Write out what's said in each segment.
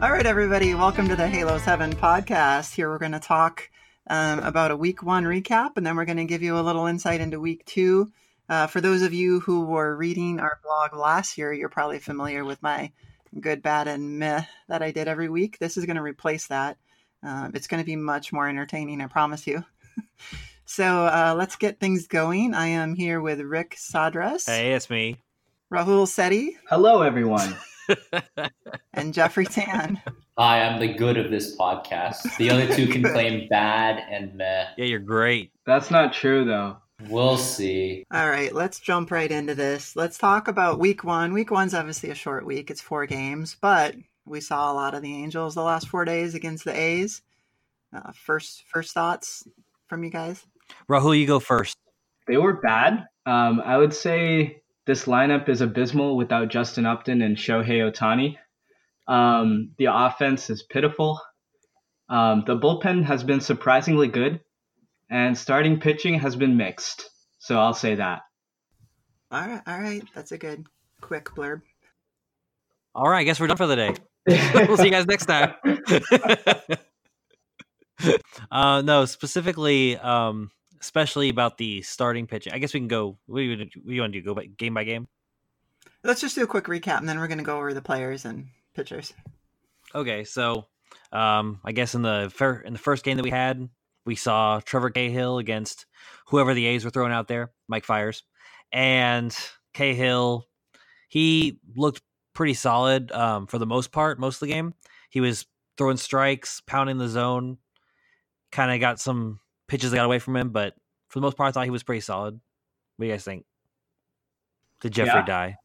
All right, everybody, welcome to the Halo 7 podcast. Here we're going to talk um, about a week one recap, and then we're going to give you a little insight into week two. Uh, for those of you who were reading our blog last year, you're probably familiar with my good, bad, and meh that I did every week. This is going to replace that. Um, it's going to be much more entertaining, I promise you. so uh, let's get things going. I am here with Rick Sadras, Hey, it's me. Rahul Sethi, Hello, everyone. and Jeffrey Tan. Hi, I'm the good of this podcast. The other two can claim bad and meh. Yeah, you're great. That's not true, though. We'll see. All right, let's jump right into this. Let's talk about week one. Week one's obviously a short week, it's four games, but we saw a lot of the Angels the last four days against the A's. Uh, first, first thoughts from you guys? Rahul, you go first. They were bad. Um, I would say this lineup is abysmal without Justin Upton and Shohei Otani. Um, the offense is pitiful. Um, the bullpen has been surprisingly good, and starting pitching has been mixed. So I'll say that. All right, all right, that's a good quick blurb. All right, I guess we're done for the day. we'll see you guys next time. uh, no, specifically, um, especially about the starting pitching. I guess we can go. What do you, what do you want to do? Go by, game by game? Let's just do a quick recap, and then we're going to go over the players and pitchers. Okay, so um, I guess in the fir- in the first game that we had, we saw Trevor Cahill against whoever the A's were throwing out there, Mike Fires, and Cahill. He looked pretty solid um, for the most part, most of the game. He was throwing strikes, pounding the zone. Kind of got some pitches that got away from him, but for the most part, I thought he was pretty solid. What do you guys think? Did Jeffrey Yeah. die?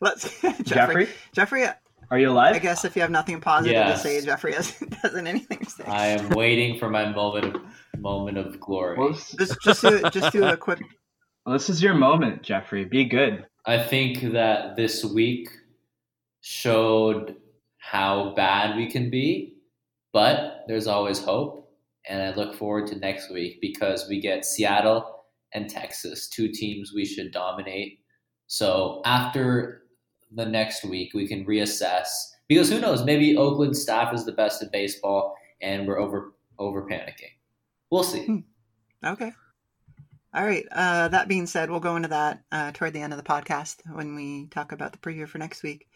Let's Jeffrey. Jeffrey, Jeffrey, are you I alive? guess if you have nothing positive Yes. to say, Jeffrey hasn't, hasn't anything to say. I am waiting for my moment of moment of glory. Well, this- Just, just do, just do a quick. this is your moment, Jeffrey. Be good. I think that this week showed how bad we can be, but there's always hope. And I look forward to next week because we get Seattle and Texas, two teams we should dominate. So after the next week, we can reassess because who knows? Maybe Oakland staff is the best at baseball, and we're over over panicking. We'll see. Okay. All right. Uh, that being said, we'll go into that uh, toward the end of the podcast when we talk about the preview for next week.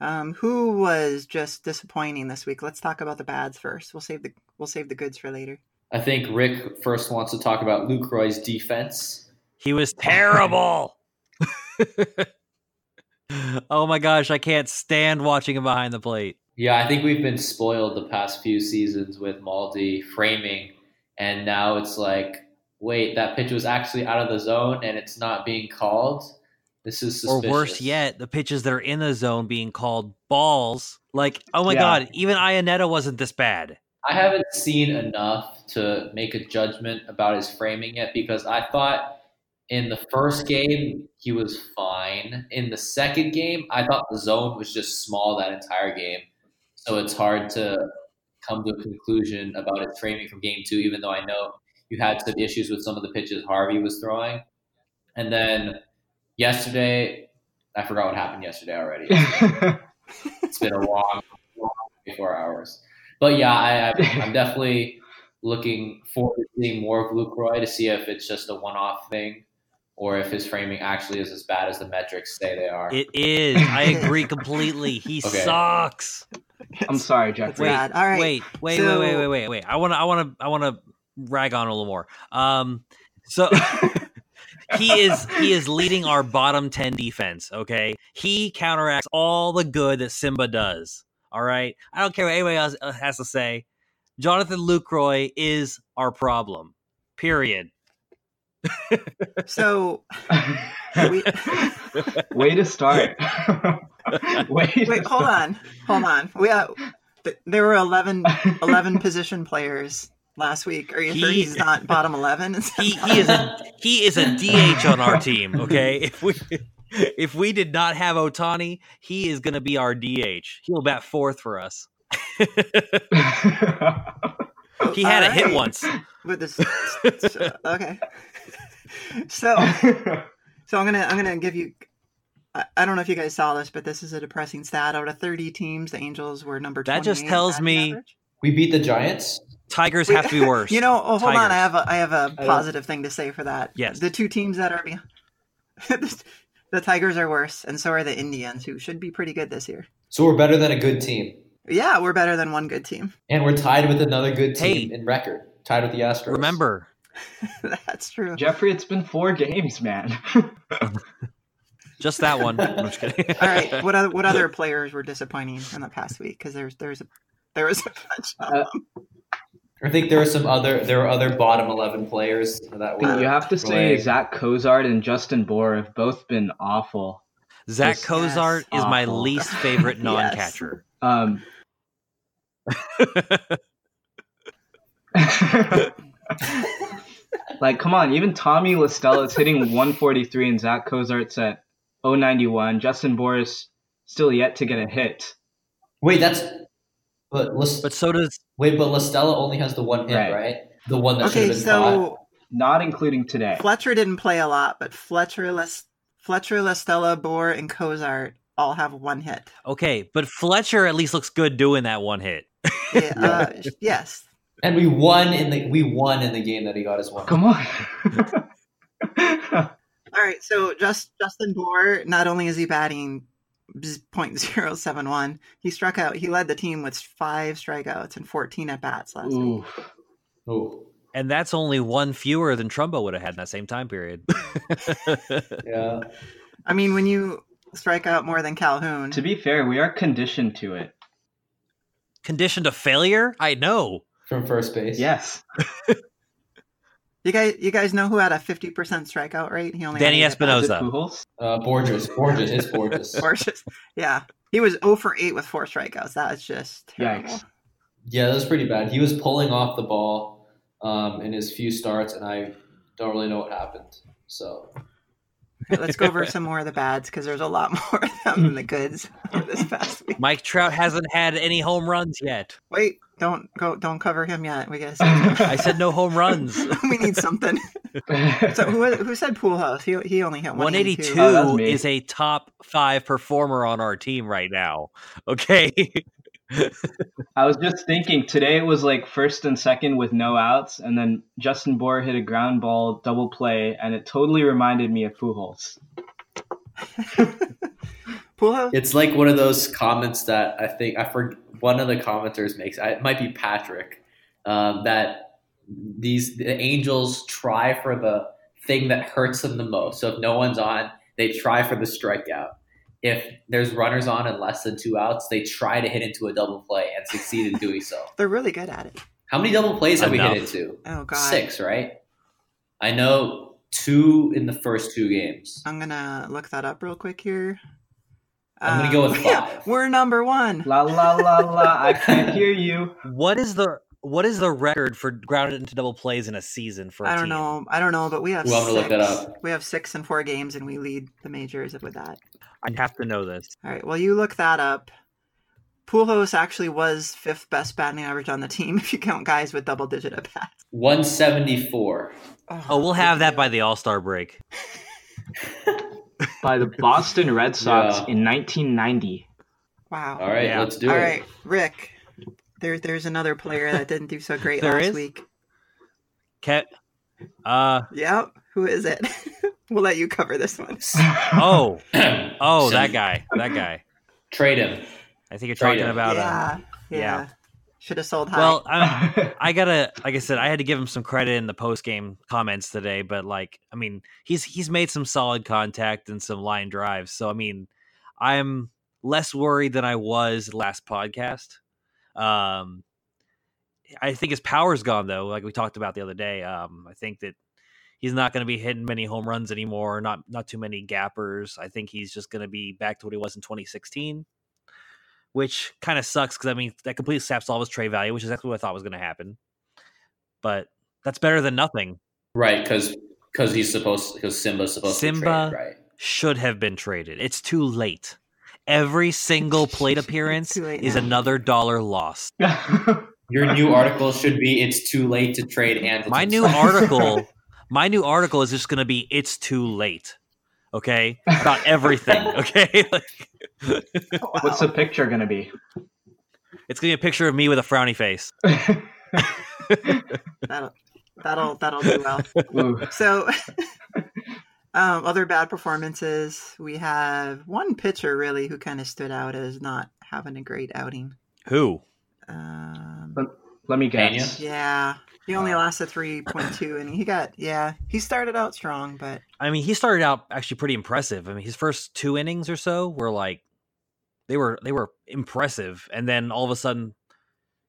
Um, who was just disappointing this week? Let's talk about the bads first. We'll save the we'll save the goods for later. I think Rick first wants to talk about Luke Roy's defense. He was terrible. oh my gosh, I can't stand watching him behind the plate. Yeah, I think we've been spoiled the past few seasons with Maldi framing, and now it's like, wait, that pitch was actually out of the zone and it's not being called. This is suspicious. Or worse yet, the pitches that are in the zone being called balls. Like, oh my Yeah. god, even Ionetta wasn't this bad. I haven't seen enough to make a judgment about his framing yet because I thought in the first game he was fine. In the second game, I thought the zone was just small that entire game. So it's hard to come to a conclusion about his framing from game two, even though I know you had some issues with some of the pitches Harvey was throwing. And then yesterday, I forgot what happened yesterday already. it's been a long, long four hours. But yeah, I, I, I'm definitely looking forward to seeing more of Luke Roy to see if it's just a one-off thing or if his framing actually is as bad as the metrics say they are. It is. I agree completely. He Okay. sucks. I'm sorry, That's Jeffrey. bad. All right. Wait, wait, so- wait, wait, wait, wait, wait. I wanna I wanna I wanna rag on a little more. Um so he is he is leading our bottom 10 defense okay he counteracts all the good that simba does all right i don't care what anybody else uh, has to say jonathan lucroy is our problem period So we, Way to start. Way to wait, hold on, hold on. We uh, th- there were 11, 11 position players last week. Are you sure He- he's not bottom eleven? he, he is a he is a dh on our team okay if we if we did not have otani he is gonna be our dh he'll bat fourth for us he had a hit Alright. once with this. okay. So. So I'm gonna I'm gonna give you I, I don't know if you guys saw this, but this is a depressing stat. Out of 30 teams, the Angels were number. That just 28 tells batting me- average. We beat the Giants. Tigers have to be worse. You know, oh, hold on. Tigers. I have a I have a don't- positive thing to say for that. Yes. the two teams that are be- the Tigers are worse, and so are the Indians, who should be pretty good this year. So we're better than a good team. Yeah, we're better than one good team. And we're tied with another good team Hey. in record. Tied with the Astros. Remember, That's true. Jeffrey, it's been four games, man. just that one. I'm just kidding. All right, what other what other players were disappointing in the past week? Because there's there's a there was a bunch of them. I think there are some other there are other bottom eleven players that you were have to say Right. Zach Cozart and Justin Bohr have both been awful. Zach Yes. Cozart is my Awful. least favorite non-catcher. Um, like, come on, even Tommy Listella is hitting 143 and Zach Cozart's at 091. Justin Boris still yet to get a hit. Wait, that's but List, but so does wait, but Listella only has the one hit, Right. right? The one that should Okay, have been caught. so Not including today. Fletcher didn't play a lot, but Fletcher, Les- Fletcher, Lestella, Bohr, and Cozart all have one hit. okay. But Fletcher at least looks good doing that one hit. Yeah, uh, yes, And we won in the we won in the game that he got his one. Come on. All right, so just Justin Bohr, not only is he batting bzz, .071, he struck out. He led the team with five strikeouts and 14 at bats last week. Ooh. Ooh, And that's only one fewer than Trumbo would have had in that same time period. yeah. I mean, when you strike out more than Calhoun, To be fair, we are conditioned to it. Conditioned to failure? I know. From first base. Yes. you guys, you guys know who had a 50% strikeout rate? He only had Danny eight at bats. Is it Espinosa. Pujols? Uh Borges. Borges. It's Borges. Or just, yeah, he was 0 for 8 with four strikeouts. That is just terrible. Yikes. yeah, that was pretty bad. He was pulling off the ball um, in his few starts and I don't really know what happened. So All right, let's go over some more of the bads because there's a lot more of them than the goods this past week. Mike Trout hasn't had any home runs yet. Wait, don't go, don't cover him yet. We guess I said no home runs. we need something. So who who said pool house? He he only hit 182 182. Oh, that was me. is a top five performer on our team right now. Okay. I was just thinking today it was like first and second with no outs, and then Justin Bohr hit a ground ball double play, and it totally reminded me of Pujols. Pool house. It's like one of those comments that I think I heard one of the commenters makes. I, it might be Patrick um, that these the Angels try for the thing that hurts them the most. So if no one's on, they try for the strikeout. If there's runners on and less than two outs, they try to hit into a double play and succeed in doing so. They're really good at it. How many double plays have we Enough. hit into? Oh god. Six, right? I know two in the first two games. I'm gonna look that up real quick here. Um, I'm gonna go with yeah, five. we're number one. La la la la, I can't hear you. What is the what is the record for grounded into double plays in a season for a I don't team? know. I don't know, but we have. Ooh, I'm gonna look six. that up. We have six and four games, and we lead the majors with that. I have to know this. All right. Well, you look that up. Pujols actually was fifth best batting average on the team if you count guys with double digit at bats. 174. Oh, we'll have that by the All Star break. By the Boston Red Sox Yeah. in 1990. Wow. All right, Yeah. let's do All it. right, Rick. There, there's another player that didn't do so great There last is? week. Cat. Uh Yep. Who is it? we'll let you cover this one. oh oh So- that guy that guy. Trade him. I think you're Trade talking him. about. Uh, yeah, yeah. yeah. Should have sold high. well, um, I, I gotta like I said, I had to give him some credit in the post game comments today, but like I mean, he's he's made some solid contact and some line drives. So I mean, I'm less worried than I was last podcast. Um I think his power's gone though, like we talked about the other day. Um I think that he's not going to be hitting many home runs anymore, not not too many gappers. I think he's just going to be back to what he was in 2016 which kind of sucks because I mean that completely saps all of his trade value, which is exactly what I thought was going to happen. But that's better than nothing. Right, because because he's supposed because Simba's supposed Simba. to trade, right? Should have been traded. It's too late. Every single plate appearance Too late is now. another dollar lost. Your new article should be it's too late to trade and My new article, my new article is just going to be it's too late. Okay, about everything. Okay, like, What's the picture going to be? it's gonna be a picture of me with a frowny face. That'll that'll that'll do well. Ooh. So, um, other bad performances. We have one pitcher really who kind of stood out as not having a great outing. Who? Um, Let me guess. Pena? yeah, he uh, only lasted three point two, and he got yeah. He started out strong, but I mean, he started out actually pretty impressive. I mean, his first two innings or so were like they were they were impressive, and then all of a sudden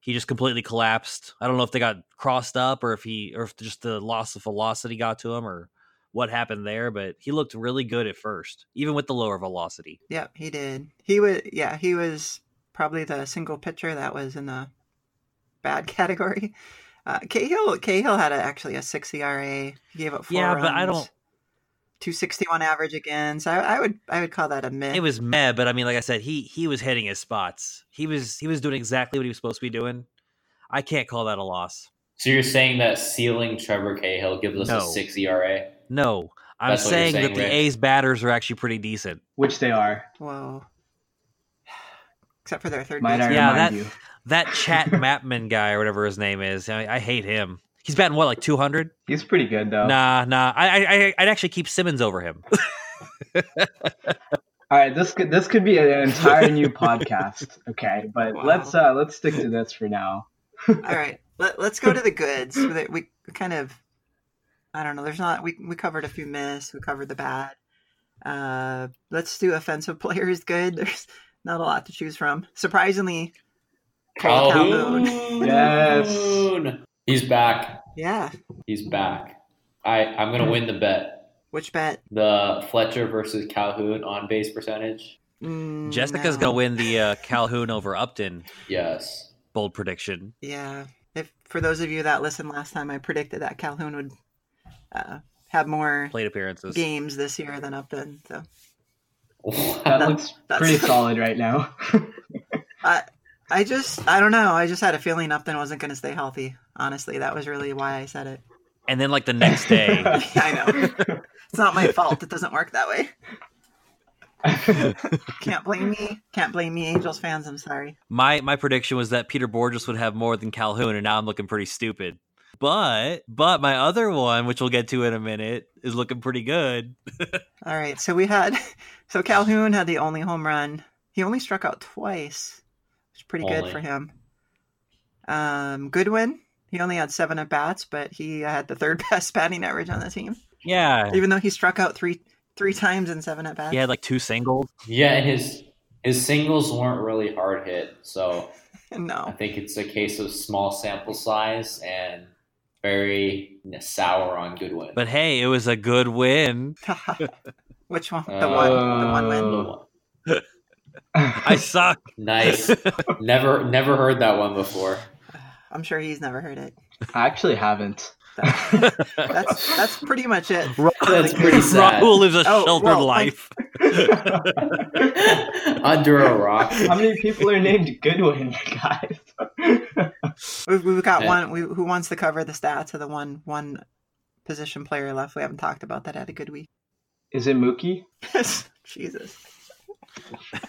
he just completely collapsed. I don't know if they got crossed up or if he or if just the loss of velocity got to him or what happened there, but he looked really good at first, even with the lower velocity. Yep, he did. He was yeah, he was probably the single pitcher that was in the bad category. Uh, Cahill Cahill had a, actually a six ERA. He gave up four Yeah, but I don't- Two sixty one average again. So I, I would I would call that a mid. It was meh, but I mean, like I said, he he was hitting his spots. He was he was doing exactly what he was supposed to be doing. I can't call that a loss. So you're saying that sealing Trevor Cahill gives us No. a six ERA? No, I'm That's what you're saying, saying, that the Rick. A's batters are actually pretty decent. Which they are. Whoa. Except for their third Might I baseman. Yeah, remind that- you? That Chat Mapman guy or whatever his name is, I, I hate him. He's batting what, like 200? He's pretty good Oh. though. Nah, nah. I, I, I- I'd actually keep Simmons over him. All right, this could this could be an entire new podcast. Okay, but Wow. let's uh let's stick to this for now. All right. Let, let's go to the goods. We, we kind of I don't know, there's not we we covered a few myths, we covered the bad. Uh let's do offensive players good. There's not a lot to choose from. Surprisingly, Cole Calhoun. Yes. He's back. Yeah. He's back. I I'm gonna win the bet. Which bet? The Fletcher versus Calhoun on base percentage. Mm, Jessica's no. going to win the uh, Calhoun over Upton Yes. bold prediction. Yeah. If for those of you that listened last time, I predicted that Calhoun would uh, have more Plate appearances. games this year than Upton. So That That- looks that's- pretty solid right now. I just, I don't know. I just had a feeling Upton wasn't going to stay healthy. Honestly, that was really why I said it. And then, like, the next day, I know. It's not my fault. It doesn't work that way. Can't blame me. Can't blame me, Angels fans. I'm sorry. my, my prediction was that Peter Borges would have more than Calhoun, and now I'm looking pretty stupid. But but my other one, which we'll get to in a minute, is looking pretty good. All right. So we had, so Calhoun had the only home run. He only struck out twice, which is pretty good Only. for him. Um, Goodwin, he only had seven at bats, but he had the third best batting average on the team, Yeah. even though he struck out three three times in seven at bats. He had like two singles. Yeah, and his his singles weren't really hard hit, so I no. think it's a case of small sample size and very sour on Goodwin. But hey, it was a good win. Which one? The one. The one Uh. win. I suck. nice. never never heard that one before. I'm sure he's never heard it. I actually haven't. That's that's pretty much it. That's pretty sad. Raul lives a Oh, sheltered well, life. Under a rock. How many people are named Goodwin, guys? We've, we've got Yeah. one. We, who wants to cover the stats of the one one position player left? We haven't talked about that. Had a good week. Is it Mookie? Jesus.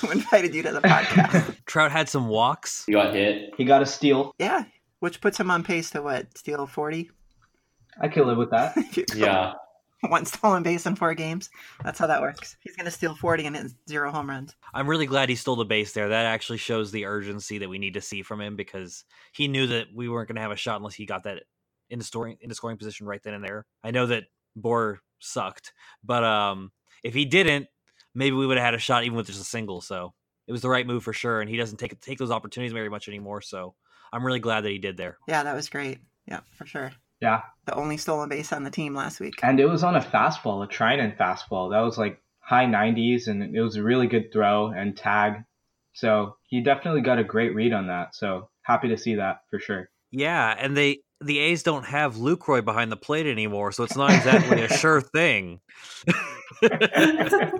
Who invited you to the podcast? Trout had some walks. You got hit. He got a steal. Yeah, which puts him on pace to what steal forty. I could live with that. Yeah. one stolen base in four games. That's how that works. He's gonna steal forty and hit zero home runs. I'm really glad he stole the base there. That actually shows the urgency that we need to see from him because he knew that we weren't going to have a shot unless he got that in the scoring in the scoring position right then and there. I know that Bohr sucked, but um, if he didn't, maybe we would have had a shot even with just a single. So it was the right move for sure. And he doesn't take take those opportunities very much anymore. So I'm really glad that he did there. Yeah, that was great. Yeah, for sure. Yeah. The only stolen base on the team last week. And it was on a fastball, a Trinan fastball. That was like high 90s, and it was a really good throw and tag. So he definitely got a great read on that. So happy to see that for sure. Yeah, and they the A's don't have Lucroy behind the plate anymore, so it's not exactly a sure thing. Uh,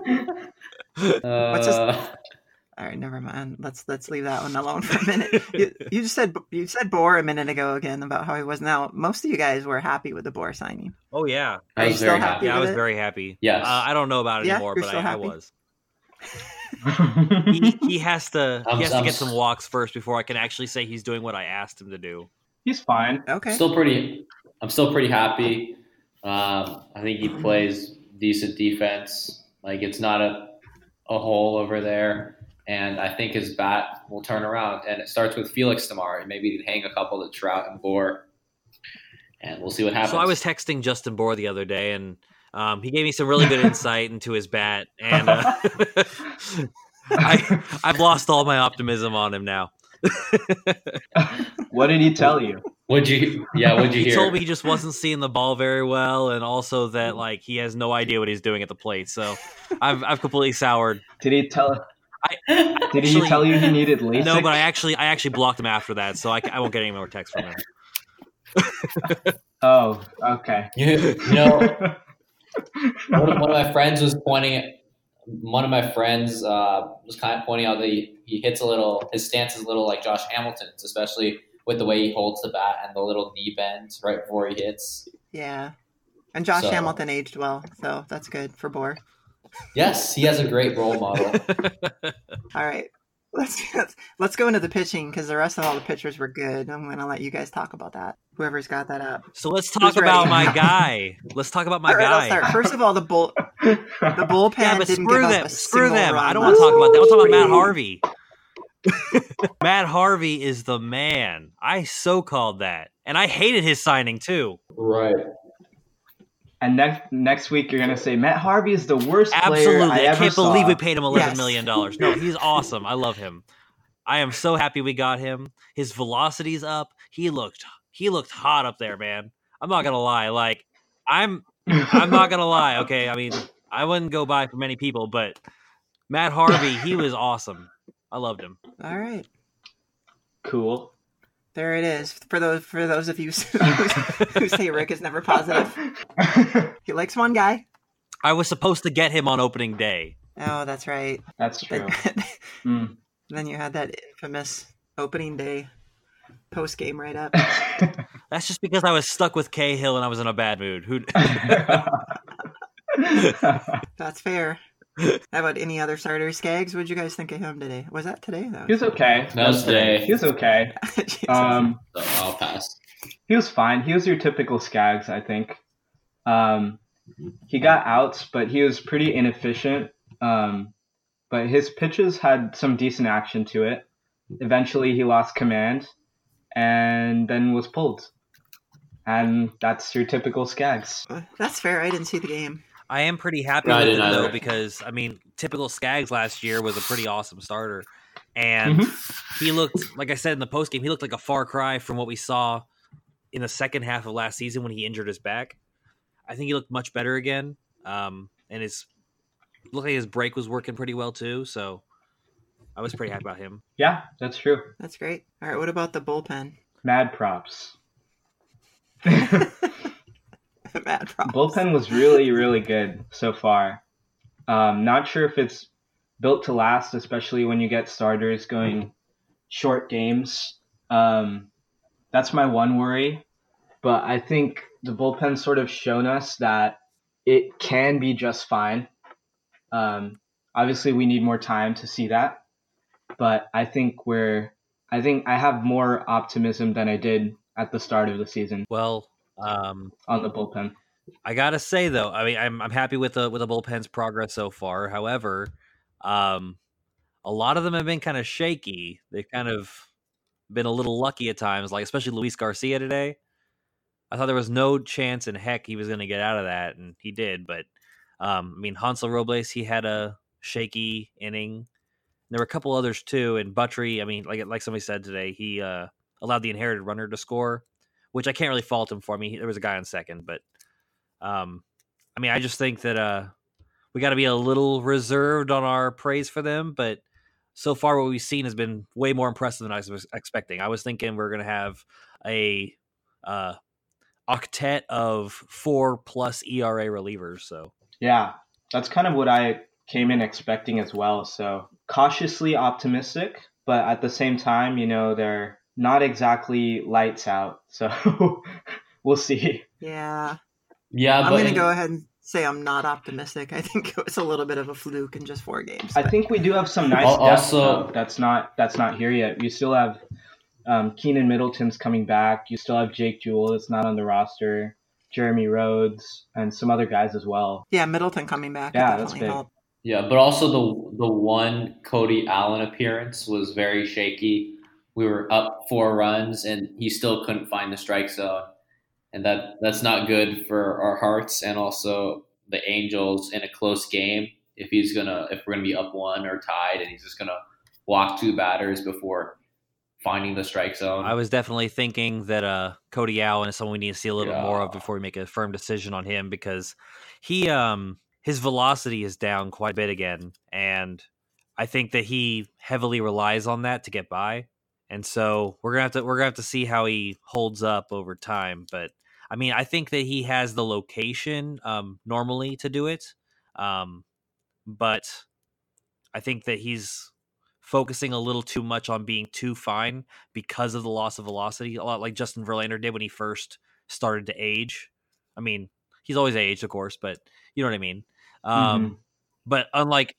his- All right, never mind. Let's let's leave that one alone for a minute. You, you just said you said Boar a minute ago again about how he was. Now most of you guys were happy with the Boar signing. Oh yeah, I Are was you still very happy? happy. yeah. I with was it? very happy. Yes. uh, I don't know about it Yeah, anymore, you're but still I, I happy? was. He, he has to I'm- he has I'm- to get some walks first before I can actually say he's doing what I asked him to do. He's fine. Okay. Still pretty. I'm still pretty happy. Um, I think he plays decent defense. Like it's not a a hole over there, and I think his bat will turn around. And it starts with Felix tomorrow. and Maybe he can hang a couple to Trout and Bohr, and we'll see what happens. So I was texting Justin Bohr the other day, and um, he gave me some really good insight into his bat, and uh, I I've lost all my optimism on him now. what did he tell you? Would you? Yeah. Would you He hear? told me he just wasn't seeing the ball very well, and also that Mm. like he has no idea what he's doing at the plate. So I've I've completely soured. Did he tell? Did he Actually- tell you he needed LASIK? No, but I actually I actually blocked him after that, so I, ca- I won't get any more texts from him. Oh, okay. You, you know, one of, one of my friends was pointing. One of my friends uh, was kind of pointing out that he, he hits a little. His stance is a little like Josh Hamilton's, especially with the way he holds the bat and the little knee bends right before he hits. Yeah. And Josh So- Hamilton aged well, so that's good for Boar. Yes, he has a great role model. All right. Let's let's go into the pitching because the rest of all the pitchers were good. I'm gonna let you guys talk about that. Whoever's got that up. So let's talk Who's ready? about my guy. Let's talk about my all right, I'll guy. start. First of all, the bull the bullpen Yeah, but didn't screw give them. up a Screw single them. I run don't want to last talk about that. Let's talk about Matt week. Harvey. Matt Harvey is the man. I so called that. And I hated his signing too. right. and next next week you're gonna say Matt Harvey is the worst player Absolutely. I I, ever can't saw. believe we paid him eleven Yes. million dollars. No, he's awesome. I love him. I am so happy we got him. His velocity's up. He looked he looked hot up there, man. I'm not gonna lie. Like I'm I'm not gonna lie. Okay, I mean, I wouldn't go by for many people, but Matt Harvey, he was awesome. I loved him. All right. cool. There it is. For those for those of you who, who say Rick is never positive. He likes one guy. I was supposed to get him on opening day. Oh, that's right. That's true. But- Mm. then you had that infamous opening day post game right Mm. up. That's just because I was stuck with Cahill and I was in a bad mood. Who? That's fair. How about any other starter skags? What'd you guys think of him today? Was that today though? he was okay. That was today. He was okay. Jesus. Um, So I'll pass. he was fine. He was your typical Skaggs, I think. Um, he got outs, but he was pretty inefficient. Um, but his pitches had some decent action to it. Eventually, he lost command, and then was pulled. And that's your typical Skaggs. That's fair. I didn't see the game. I am pretty happy No, I with him didn't though either. because I mean, typical Skaggs last year was a pretty awesome starter, and he looked like I said in the post game, he looked like a far cry from what we saw in the second half of last season when he injured his back. I think he looked much better again, um, and his looked like his break was working pretty well too. So I was pretty happy about him. Yeah, that's true. That's great. All right. What about the bullpen? Mad props. Mad props. bullpen was really really good so far um, not sure if it's built to last especially when you get starters going short games um, that's my one worry but i think the bullpen sort of shown us that it can be just fine um, obviously we need more time to see that but i think we're i think i have more optimism than i did at the start of the season Well, um, on the bullpen I gotta say though, I mean, I'm I'm happy with the with the bullpen's progress so far. However, um, a lot of them have been kind of shaky. They've kind of been a little lucky at times, like especially Luis Garcia today. I thought there was no chance in heck he was going to get out of that, and he did. But um, I mean, Hansel Robles, he had a shaky inning. There were a couple others too, and Buttry. I mean, like like somebody said today, he uh, allowed the inherited runner to score, which I can't really fault him for. I mean, he- there was a guy on second, but um, I mean, I just think that uh, we got to be a little reserved on our praise for them, but so far what we've seen has been way more impressive than I was expecting. I was thinking we are going to have a uh, octet of four plus ERA relievers. So Yeah, that's kind of what I came in expecting as well. So cautiously optimistic, but at the same time, you know, they're not exactly lights out. So we'll see. Yeah. Uh, Yeah, I'm but going to in- go ahead and say I'm not optimistic. I think it was a little bit of a fluke in just four games. I but- think we do have some nice Al- depth, also- though. that's not that's not here yet. You still have um, Keenan Middleton's coming back. You still have Jake Jewell that's not on the roster. Jeremy Rhodes and some other guys as well. yeah, Middleton coming back Yeah, yeah, that's definitely big. helped. Yeah, but also the the one Cody Allen appearance was very shaky. We were up four runs, and he still couldn't find the strike zone, and that that's not good for our hearts and also the Angels in a close game. If he's gonna, if we're gonna be up one or tied, and he's just gonna walk two batters before finding the strike zone. I was definitely thinking that uh, Cody Allen is someone we need to see a little bit more of Yeah. before we make a firm decision on him because he um his velocity is down quite a bit again, and I think that he heavily relies on that to get by. And so we're gonna have to we're gonna have to see how he holds up over time. But I mean, I think that he has the location um, normally to do it, um, but I think that he's focusing a little too much on being too fine because of the loss of velocity, a lot like Justin Verlander did when he first started to age. I mean, he's always aged, of course, but you know what I mean. Um, Mhm. But unlike,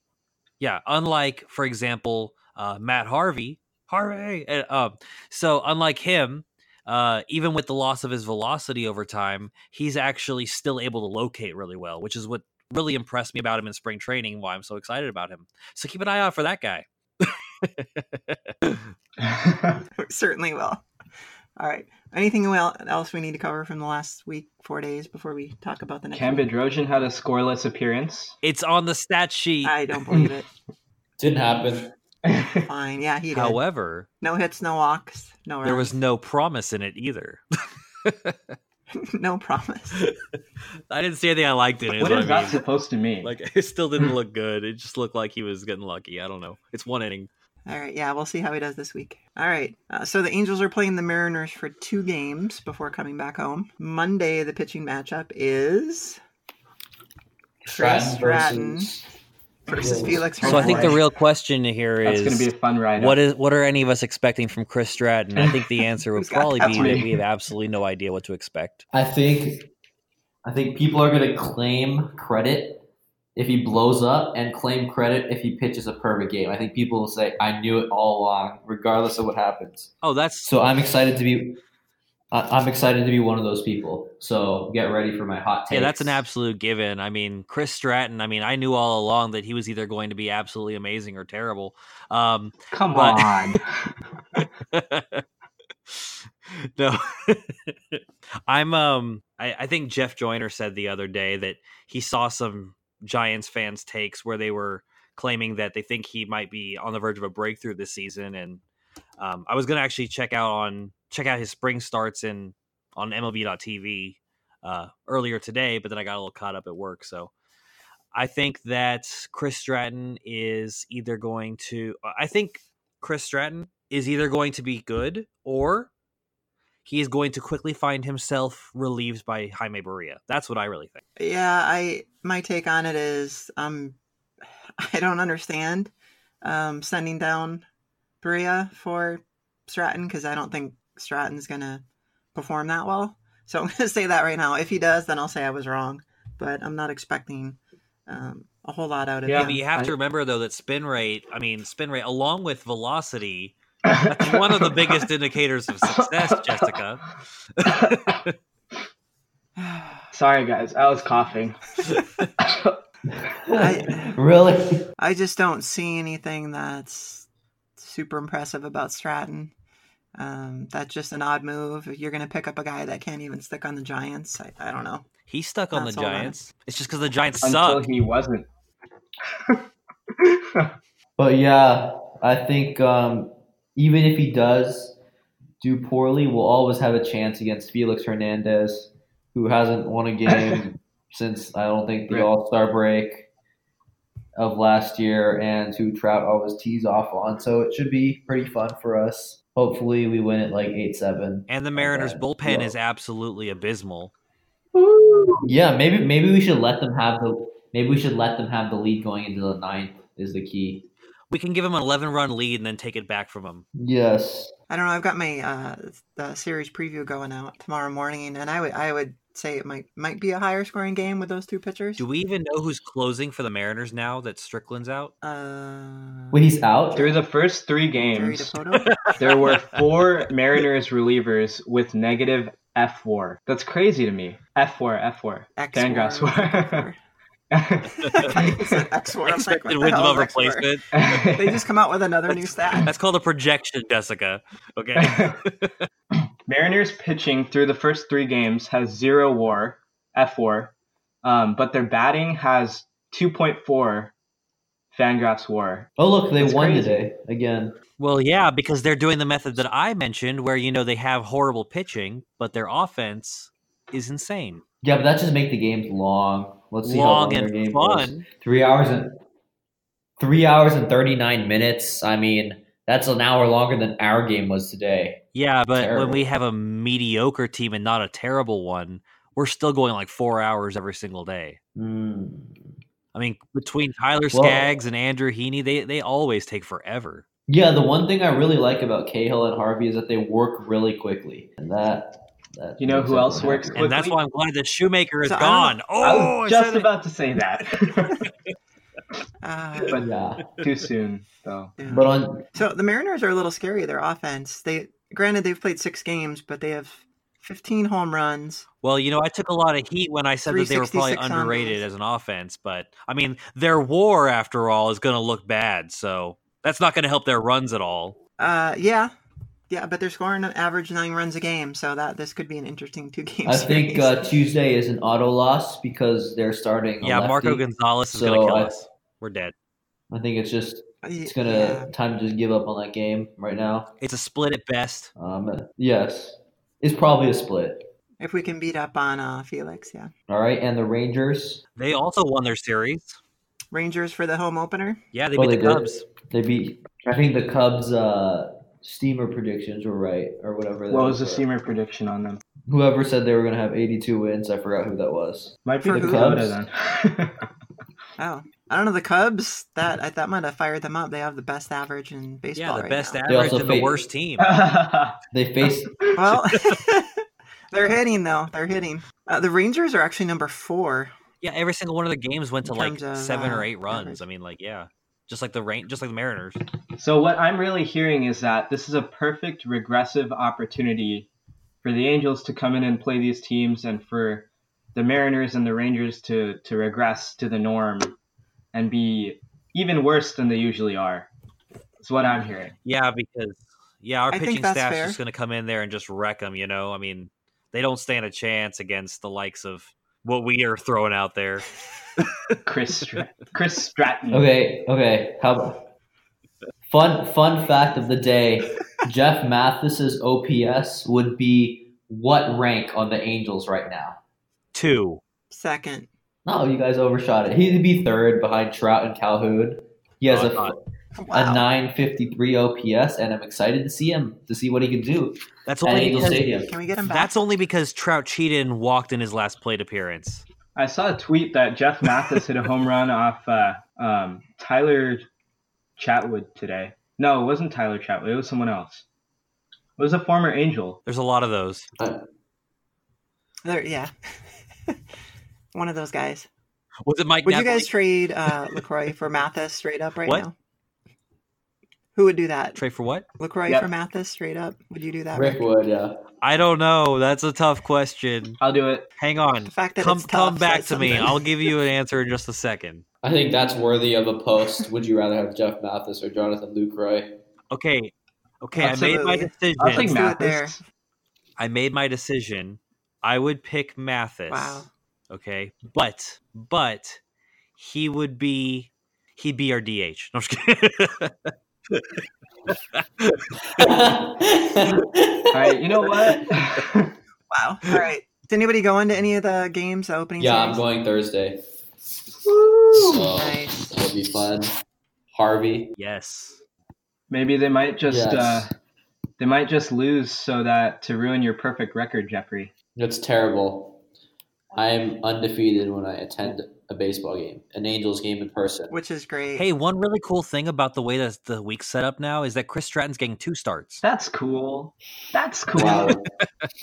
yeah, unlike for example, uh, Matt Harvey, Harvey. uh, um, so unlike him, uh, even with the loss of his velocity over time, he's actually still able to locate really well, which is what really impressed me about him in spring training. Why I'm so excited about him. So keep an eye out for that guy. Certainly will. All right. Anything wel- else we need to cover from the last week, four days before we talk about the next? Cam week? Bedrosian had a scoreless appearance. It's on the stat sheet. I don't believe it. Didn't happen. Fine. Yeah, he did. However, no hits, no walks, no runs. there was no promise in it either. no promise. I didn't see anything I liked in it. is what what is I that mean. supposed to mean? Like it still Hmm. didn't look good. It just looked like he was getting lucky. I don't know. It's one inning. All right, yeah, we'll see how he does this week. All right, uh, so the Angels are playing the Mariners for two games before coming back home. Monday, the pitching matchup is Chris Stratton versus- versus Yes. Felix. Oh, So I think the Hernandez. real question here that's going to be is a fun ride. what is what are any of us expecting from Chris Stratton? I think the answer would Who's got probably that be one? that we have absolutely no idea what to expect. I think I think people are gonna claim credit if he blows up and claim credit if he pitches a perfect game. I think people will say, I knew it all along, regardless of what happens. Oh, that's So I'm excited to be I- I'm excited to be one of those people. So get ready for my hot take. yeah, that's an absolute given. I mean, Chris Stratton. I mean, I knew all along that he was either going to be absolutely amazing or terrible. Um, Come but- on. no i'm um I, I think jeff joyner said the other day that he saw some giants fans takes where they were claiming that they think he might be on the verge of a breakthrough this season and um, i was going to actually check out on check out his spring starts in on mlb.tv uh, earlier today but then i got a little caught up at work so i think that chris stratton is either going to i think Chris Stratton is either going to be good or he is going to quickly find himself relieved by Jaime Berea. That's what I really think. yeah i my take on it is um i don't understand um sending down Brea for stratton because i don't think stratton's gonna perform that well so i'm gonna say that right now if he does then i'll say i was wrong but i'm not expecting um a whole lot out of Yeah, But him you have I- to remember though that spin rate, I mean spin rate along with velocity, that's one of the biggest indicators of success, Jessica. Sorry, guys. I was coughing. I- really i just don't see anything that's super impressive about stratton um, that's just an odd move. If You're going to pick up a guy that can't even stick on the Giants. I, I don't know. He's stuck on That's the all that- Giants. It's just because the Giants Until suck. he wasn't. But yeah, I think um, even if he does do poorly, we'll always have a chance against Felix Hernandez, who hasn't won a game since I don't think the Right. All Star break of last year, and who Trout always tees off on. So it should be pretty fun for us. Hopefully, we win it like eight seven. And the Mariners Okay, bullpen well. is absolutely abysmal. Yeah, maybe maybe we should let them have the Maybe we should let them have the lead going into the ninth is the key. We can give him an 11 run lead and then take it back from him. Yes. I don't know. I've got my uh, the series preview going out tomorrow morning, and I would I would say it might might be a higher scoring game with those two pitchers. Do we even know who's closing for the Mariners now that Strickland's out? Uh, Wait, he's out. Through the first three Jerry games, DePoto? there were four Mariners relievers with negative F war. That's crazy to me. F war, F war. X Dan War. Grasswar. It's an X War. I'm like, Expected what the wins hell above is X War? replacement. They just come out with another new stat. That's called a projection, Jessica. Okay. Mariners pitching through the first three games has zero war, F war, um, but their batting has 2.4 Fangraphs war. Oh look, they That's won crazy. today again. Well, yeah, because they're doing the method that I mentioned, where you know they have horrible pitching, but their offense is insane, Yeah, but that just make the games long. Let's see long how long their and game goes. fun. Three hours and three hours and thirty nine minutes. I mean, that's an hour longer than our game was today. Yeah, but when Terrible. we have a mediocre team and not a terrible one, we're still going like four hours every single day. Hmm. Mm. I mean, between Tyler Well- Skaggs and Andrew Heaney, they they always take forever. Yeah, the one thing I really like about Cahill and Harvey is that they work really quickly, and that. that You know makes who everyone else works happy. And that's Quickly. why I'm glad that Shoemaker is So I don't gone. I Oh, I was just said it. about to say that. Uh, But- Yeah, Too soon, though. yeah. uh, but on So the Mariners are a little scary. Their offense. They granted they've played six games, but they have 15 home runs. Well, you know, I took a lot of heat when I said that they were probably 366 on underrated base. as an offense, but I mean, their war, after all, is going to look bad. So that's not going to help their runs at all. Uh, yeah, yeah, but they're scoring an average nine runs a game. So that this could be an interesting two game. I think uh, Tuesday is an auto loss because they're starting. a yeah, Marco lefty. Gonzalez is going to So kill I- us. We're dead. I think it's just it's it's gonna time to just give up on that game right now. It's a split at best. Um, yes, it's probably a split. if we can beat up on uh, Felix. Yeah, All right, and the Rangers They also won their series. Rangers for the home opener. Yeah, they Oh, beat they the did? Cubs. they beat. I think the Cubs uh, steamer predictions were right or whatever. What was the were. steamer prediction on them? Whoever said they were gonna have 82 wins, I forgot who that was. Might be For the who? Dakota then. Oh, I don't know the Cubs. That I that might have fired them up. They have the best average in baseball. Yeah, the right best now. average also and the faced- worst team. They faced Well, they're hitting though. They're hitting. Uh, the Rangers are actually number four. Yeah, every single one of the games went to In like terms of, seven or uh, eight runs. average. I mean, like, yeah. Just like the rain, just like the Mariners. So what I'm really hearing is that this is a perfect regressive opportunity for the Angels to come in and play these teams, and for the Mariners and the Rangers to to regress to the norm and be even worse than they usually are. Is what I'm hearing. Yeah, because yeah, our I think pitching that's staff's fair. just going to come in there and just wreck them. You know, I mean, they don't stand a chance against the likes of what we are throwing out there. Chris Str- Chris Stratton. Okay, okay. How about fun fun fact of the day? Jeff Mathis's OPS would be what rank on the Angels right now? Two. Second. No, you guys overshot it. He'd be third behind Trout and Calhoun. He has Oh, a, God. a Wow. 953 OPS, and I'm excited to see him to see what he can do That's at only Angel because, Stadium. Can we get him back? that's only because Trout cheated and walked in his last plate appearance. I saw a tweet that Jeff Mathis hit a home run off uh, um, Tyler Chatwood today. No, it wasn't Tyler Chatwood. It was someone else. It was a former Angel. There's a lot of those. There, yeah. One of those guys. Was it Mike? Would you Napoli? guys trade uh, Lacroix for Mathis straight up right What? now? Who would do that? trade for what? Lacroix Yep. for Mathis straight up? Would you do that? Rick Rick? Wood, yeah. I don't know. That's a tough question. I'll do it. Hang The on. fact that Come it's tough come back says to me. something. I'll give you an answer in just a second. I think that's worthy of a post. Would you rather have Jeff Mathis or Jonathan Lucroy? Okay. Okay, I made my Absolutely. decision. I'll take do it Mathis. I made my decision. I would pick Mathis. Wow. Okay. But but he would be he'd be our DH. No, I'm just kidding. All right, you know what? Wow. All right. Is anybody going to any of the games, the opening yeah, I'm series? going Thursday. So Nice. it'll be fun. Harvey. yes. Maybe they might just Yes. uh, they might just lose so that to ruin your perfect record, Jeffrey. That's terrible. I am undefeated when I attend a baseball game, an Angels game in person. which is great. Hey, one really cool thing about the way that the week's set up now is that Chris Stratton's getting two starts. That's cool. That's cool. Wow.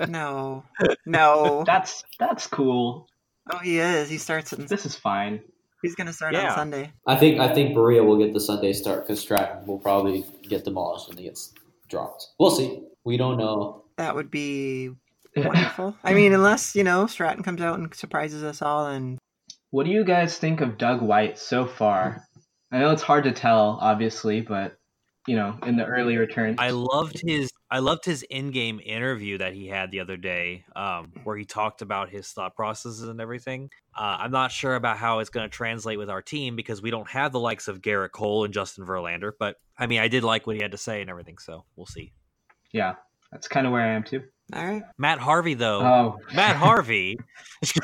No, no. That's that's cool. oh, he is. He starts. On, This is fine. he's going to start Yeah. on Sunday. I think I think Berea will get the Sunday start because Stratton will probably get demolished when he gets dropped. We'll see. We don't know. That would be wonderful. I mean, unless you know Stratton comes out and surprises us all, and What do you guys think of Doug White so far? I know it's hard to tell, obviously, but you know, in the earlier turns, I loved his I loved his in-game interview that he had the other day, um, where he talked about his thought processes and everything. Uh, I'm not sure about how it's going to translate with our team because we don't have the likes of Garrett Cole and Justin Verlander. But I mean, I did like what he had to say and everything, so we'll see. yeah, that's kind of where I am too. all right, Matt Harvey, though, Oh, Matt Harvey.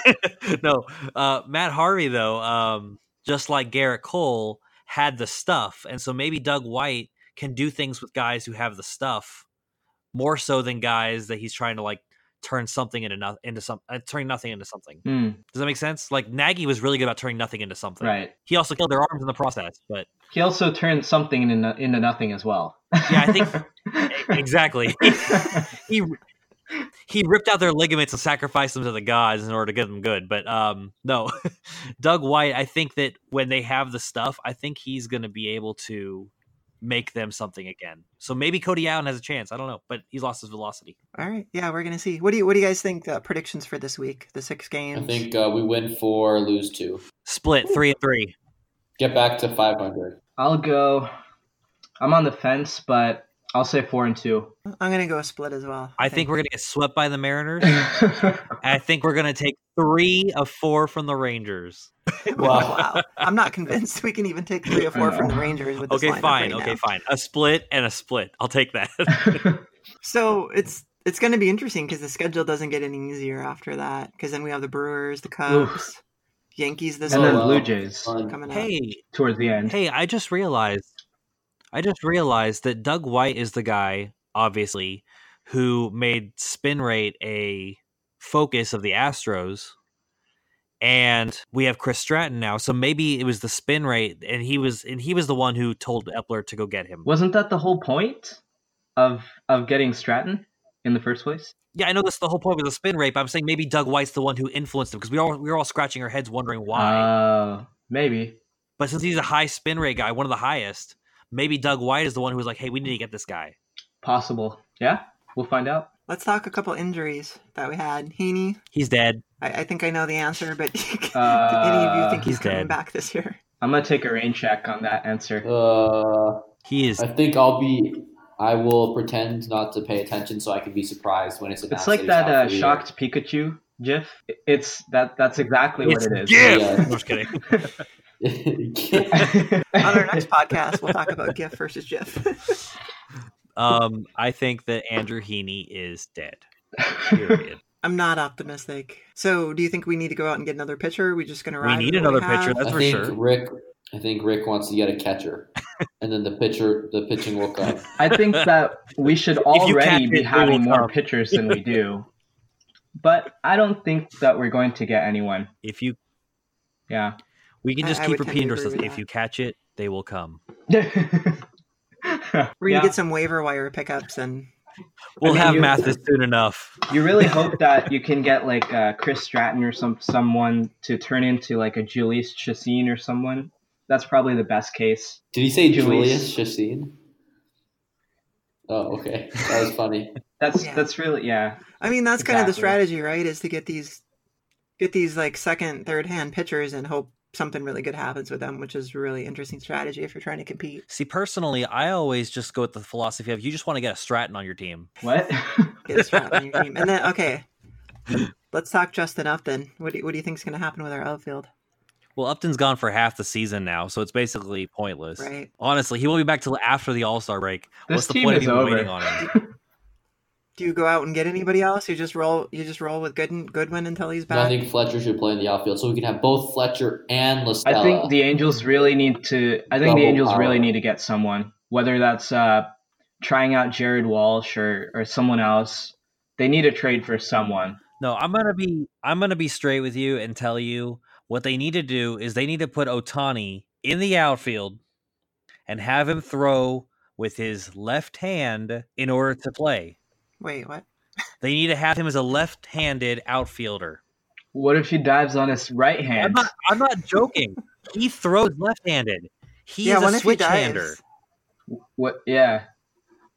no, uh, Matt Harvey though, um, just like Garrett Cole had the stuff, and so maybe Doug White can do things with guys who have the stuff more so than guys that he's trying to like turn something into nothing into some uh, turn nothing into something. Hmm, Does that make sense? Like Nagy was really good about turning nothing into something. right. He also killed their arms in the process, but He also turned something into into nothing as well. yeah, I think exactly. he he ripped out their ligaments and sacrificed them to the gods in order to get them good. But um, no, Doug White, I think that when they have the stuff, I think he's going to be able to make them something again. So maybe Cody Allen has a chance. I don't know, but he's lost his velocity. all right. Yeah, we're going to see. What do you What do you guys think? Uh, predictions for this week? The six I games. think uh, we win four, lose two, Split three and three. get back to 500. I'll go. I'm on the fence, but I'll say four and two. I'm going to go split as well. I think we're going to get swept by the Mariners. I I think we're going to take three of four from the Rangers. Wow. wow, I'm not convinced we can even take three or four from the Rangers with this Okay, lineup fine. right okay, now. fine. A split and a split. I'll take that. So it's it's going to be interesting because the schedule doesn't get any easier after that. Because then we have the Brewers, the Cubs, Yankees this And then week well. Blue Jays Fun. coming up. hey, towards the end. Hey, I just realized I just realized that Doug White is the guy, obviously, who made spin rate a focus of the Astros. And we have Chris Stratton now, so maybe it was the spin rate, and he was and he was the one who told Epler to go get him. Wasn't that the whole point of of getting Stratton in the first place? Yeah, I know that's the whole point with the spin rate, but I'm saying maybe Doug White's the one who influenced him because we all we were all scratching our heads wondering why. Uh, maybe. but since he's a high spin rate guy, one of the highest, maybe Doug White is the one who was like, "Hey, we need to get this guy." Possible. Yeah, we'll find out. Let's talk a couple injuries that we had. Heaney, He's dead. I, I think I know the answer, but do any of you Uh, think he's, He's coming dead. back this year? I'm gonna take a rain check on that answer. Uh, He is I think I'll be. I will pretend not to pay attention so I can be surprised when it's It's announced. like he's that out uh, for the year. shocked Pikachu GIF. It's that. That's exactly what It's it is. GIF. Yeah. I'm just kidding. uh, On our next podcast, we'll talk about GIF versus GIF. Um, I think that Andrew Heaney is dead. Period. I'm not optimistic. So, do you think we need to go out and get another pitcher? Are we just going to we ride? need with what we another pitcher, have? that's I for think sure. Rick. I think Rick wants to get a catcher, and then the pitcher, the pitching will come. I think that we should you catch already it, be it will having more come. pitchers than we do. But I don't think that we're going to get anyone. If you Yeah. we can I- just I would tend keep to repeating to agree ourselves, with if that. you catch it, they will come. we're We're going to get some waiver wire pickups and We'll mean, have you- Mathis soon enough. you really hope that you can get like uh, Chris Stratton or some someone to turn into like a Julius Chasine or someone. That's probably the best case. Did he say Julius. Julius Chasine? Oh, okay, that was funny. That's Yeah. that's really yeah. I mean, that's kind of the Exactly. strategy, right? Is to get these, get these like second, third hand pitchers and hope something really good happens with them, which is a really interesting strategy if you're trying to compete. See, personally, I always just go with the philosophy of you just want to get a Stratton on your team. What? Get a strap on your team, and then okay, let's talk Justin Upton. What do you, what do you think's going to happen with our outfield? Well, Upton's gone for half the season now, so it's basically pointless. Right. Honestly, he won't be back till after the All Star break. What's this the team point of is even over. waiting on him? Do you go out and get anybody else? You just roll. You just roll with Gooden, Goodwin until he's And I back. think Fletcher should play in the outfield, so we can have both Fletcher and Listella. I think the Angels really need to. I think the Double Angels power. really need to get someone, whether that's uh, trying out Jared Walsh or or someone else. They need a trade for someone. No, I'm gonna be I'm gonna be straight with you and tell you What they need to do is they need to put Otani in the outfield and have him throw with his left hand in order to play. Wait, what? They need to have him as a left-handed outfielder. What if he dives on his right I'm hand? not, I'm not joking. he throws left-handed. He's yeah, a what if he switch dives? hander. What? Yeah.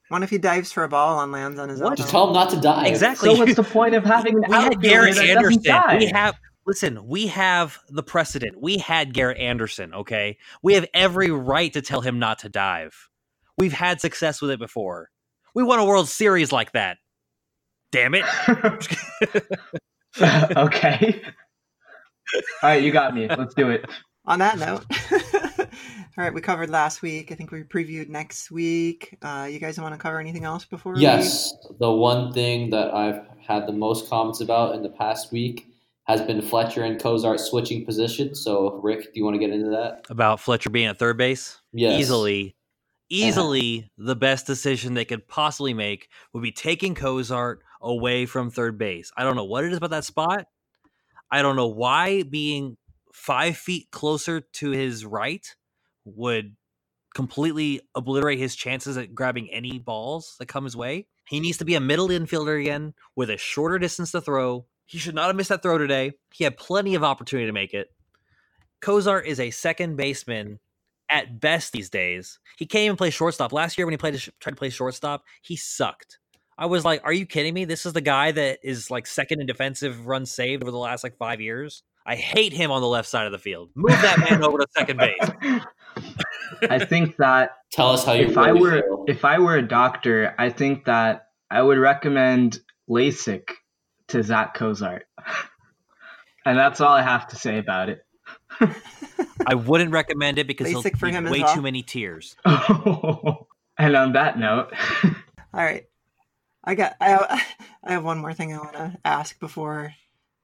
What if he dives for a ball and lands on his What? elbow? Just tell him not to die. Exactly. So what's the point of having an we had outfielder Garrett that doesn't Anderson. die? We have listen, we have the precedent. We had Garrett Anderson, okay? We have every right to tell him not to dive. We've had success with it before. We won a World Series like that. Damn it. okay. All right, you got me. Let's do it. On that note, all right, we covered last week. I think we previewed next week. Uh, you guys want to cover anything else before? we- Yes, the one thing that I've had the most comments about in the past week has been Fletcher and Cozart switching positions. So, Rick, do you want to get into that? About Fletcher being at third base. Yes. Easily. Easily the best decision they could possibly make would be taking Cozart away from third base. I don't know what it is about that spot. I don't know why being five feet closer to his right would completely obliterate his chances at grabbing any balls that come his way. He needs to be a middle infielder again with a shorter distance to throw. He should not have missed that throw today. He had plenty of opportunity to make it. Kozar is a second baseman at best these days. He can't even play shortstop. Last year when he played tried to play shortstop, he sucked. I was like, "Are you kidding me? This is the guy that is like second in defensive runs saved over the last like five years." I hate him on the left side of the field. Move that man over to second base. I think that Tell us how you if really I were feel. if I were a doctor, I think that I would recommend LASIK to Zach Cozart. And that's all I have to say about it. I wouldn't recommend it because he'll LASIK for bleed him as way well? too many tears. and on that note, All right. I got. I, I have one more thing I want to ask before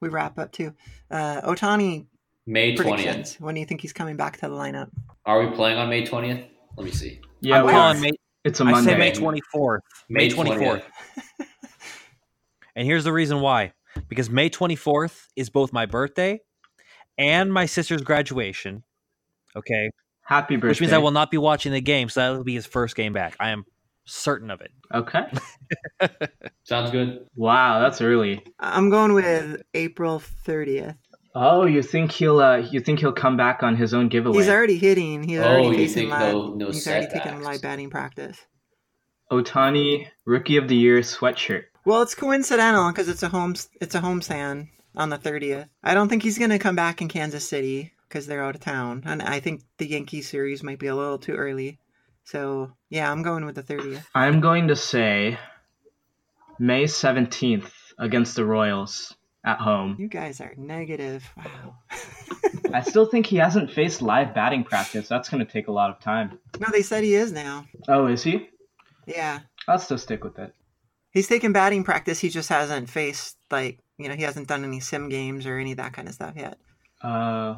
we wrap up too. Uh, Otani May twentieth. predictions. When do you think he's coming back to the lineup? Are we playing on May twentieth? Let me see. yeah, I'm we calling are. May, it's a I Monday. say May 24th. May 24th. And here's the reason why. Because May 24th is both my birthday and my sister's graduation. Okay. Happy birthday. Which means I will not be watching the game. So that'll be his first game back. I am certain of it. Okay. Sounds good. Wow, that's early. I'm going with April 30th. Oh, you think he'll uh, you think he'll come back on his own giveaway? He's already hitting. He's Oh, already you facing think live. no- no he's already taking setbacks. live batting practice. Otani Rookie of the Year sweatshirt. Well, it's coincidental because it's a home it's a homestand on the 30th. I don't think he's going to come back in Kansas City because they're out of town, and I think the Yankee series might be a little too early. So yeah, I'm going with the 30th. I'm going to say May 17th against the Royals at home. You guys are negative. Wow. I still think he hasn't faced live batting practice. That's going to take a lot of time. no, they said he is now. Oh, is he? Yeah, I'll still stick with it. he's taking batting practice. He just hasn't faced like you know he hasn't done any sim games or any of that kind of stuff yet. Uh,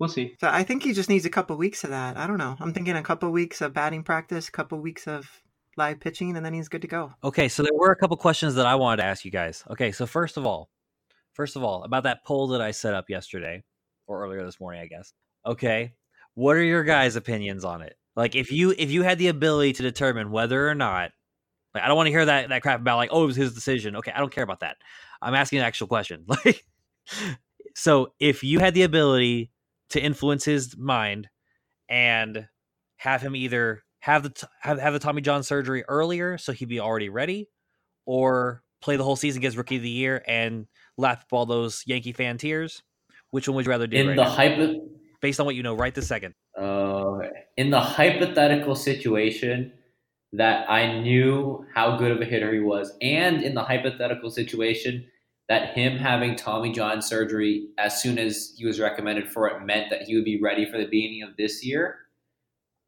we'll see. So I think he just needs a couple weeks of that. I don't know. I'm thinking a couple weeks of batting practice, a couple weeks of live pitching, and then he's good to go. Okay, so there were a couple questions that I wanted to ask you guys. Okay, so first of all, first of all, about that poll that I set up yesterday or earlier this morning, I guess. Okay, what are your guys' opinions on it? Like, if you if you had the ability to determine whether or not, like, I don't want to hear that that crap about like, oh, it was his decision. Okay, I don't care about that. I'm asking an actual question. Like, so if you had the ability to influence his mind and have him either have the t- have, have the Tommy John surgery earlier so he'd be already ready, or play the whole season, gets rookie of the year, and lap up all those Yankee fan tears. Which one would you rather do In right the now, hypo- based on what you know right this second? uh, in the hypothetical situation that I knew how good of a hitter he was, and in the hypothetical situation that him having Tommy John surgery as soon as he was recommended for it meant that he would be ready for the beginning of this year,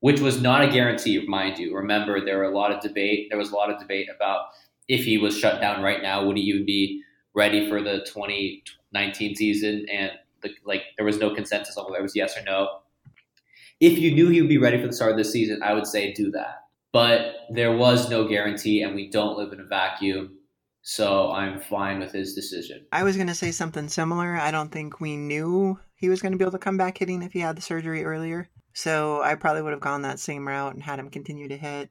which was not a guarantee, mind you. Remember, there were a lot of debate. There was a lot of debate about if he was shut down right now, would he even be ready for the 2019 season? And the, like, there was no consensus on whether it was yes or no if you knew he would be ready for the start of the season, I would say do that. But there was no guarantee, and we don't live in a vacuum. So I'm fine with his decision. I was going to say something similar. I don't think we knew he was going to be able to come back hitting if he had the surgery earlier. So I probably would have gone that same route and had him continue to hit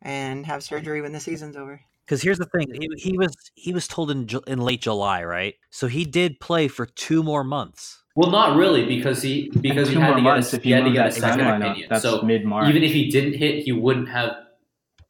and have surgery when the season's over. Because here's the thing, he, he was he was told in Ju- in late July, right? So he did play for two more months. Well, not really, because he because two he had more to months get a, if he you had to move get that a second timeline up. opinion. That's so mid March. even if he didn't hit, he wouldn't have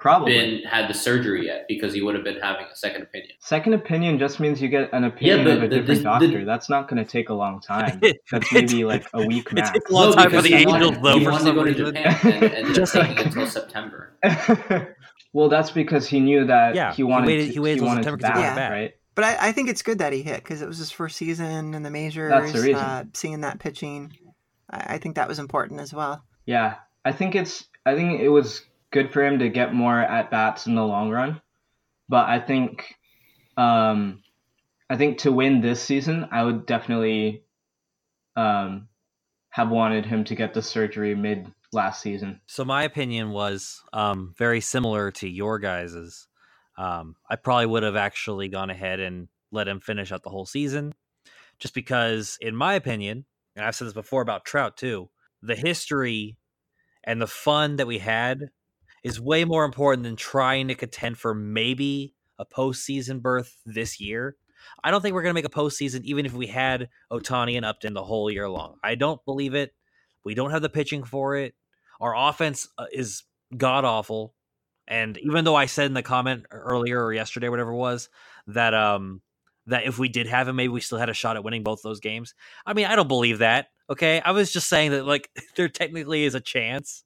Probably. been had the surgery yet because he would have been having a second opinion. Second opinion just means you get an opinion but of a the- different the- doctor. That's not going to take a long time. That's maybe like a week It max. took a long time for the because he Angels, wanted, though. He For wanted to some go to reason, Japan and, and ended up Just like- taking until September. well, that's because he knew that Yeah, he he wanted waited- to, he waited till wanted to September 'cause he bat, wanted to bat. right? But I, I think it's good that he hit because it was his first season in the majors. reason. Uh, seeing that pitching, I, I think that was important as well. Yeah, I think it's I think it was good for him to get more at bats in the long run, but I think, um, I think to win this season, I would definitely, um, have wanted him to get the surgery mid last season. So my opinion was um, very similar to your guys's. Um, I probably would have actually gone ahead and let him finish out the whole season, just because, in my opinion, and I've said this before about Trout too, the history and the fun that we had is way more important than trying to contend for maybe a postseason berth this year. I don't think we're going to make a postseason, even if we had Otani and Upton the whole year long. I don't believe it. We don't have the pitching for it. Our offense uh, is god awful. And even though I said in the comment e, earlier or yesterday, whatever it was, that um that if we did have him, maybe we still had a shot at winning both those games. I mean, I don't believe that. Okay, I was just saying that like there technically is a chance.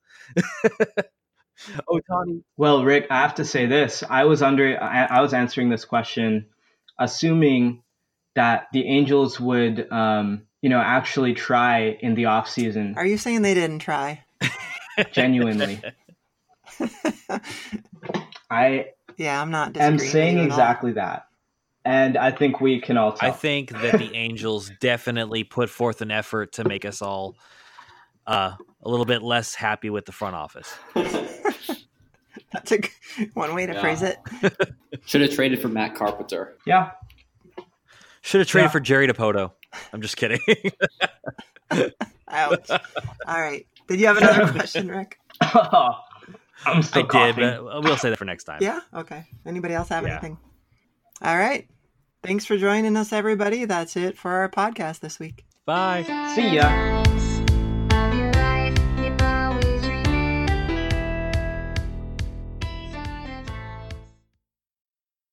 Otani, Well, Rick, I have to say this. I was under I, I was answering this question assuming that the Angels would um, you know, actually try in the off season Are you saying they didn't try? genuinely. I yeah, I'm not disagreeing. am with saying you at all. exactly that. And I think we can all tell. I think that the Angels definitely put forth an effort to make us all uh, a little bit less happy with the front office. That's a g- one way to Yeah. phrase it. Should have traded for Matt Carpenter. yeah. Should have traded Yeah. for Jerry Dipoto. I'm just kidding. Ouch. all right. Did you have another question, Rick? I'm I still did, coughing. but we'll say that for next time. Yeah. Okay. Anybody else have Yeah. anything? All right. Thanks for joining us, everybody. That's it for our podcast this week. Bye. See ya. Bye.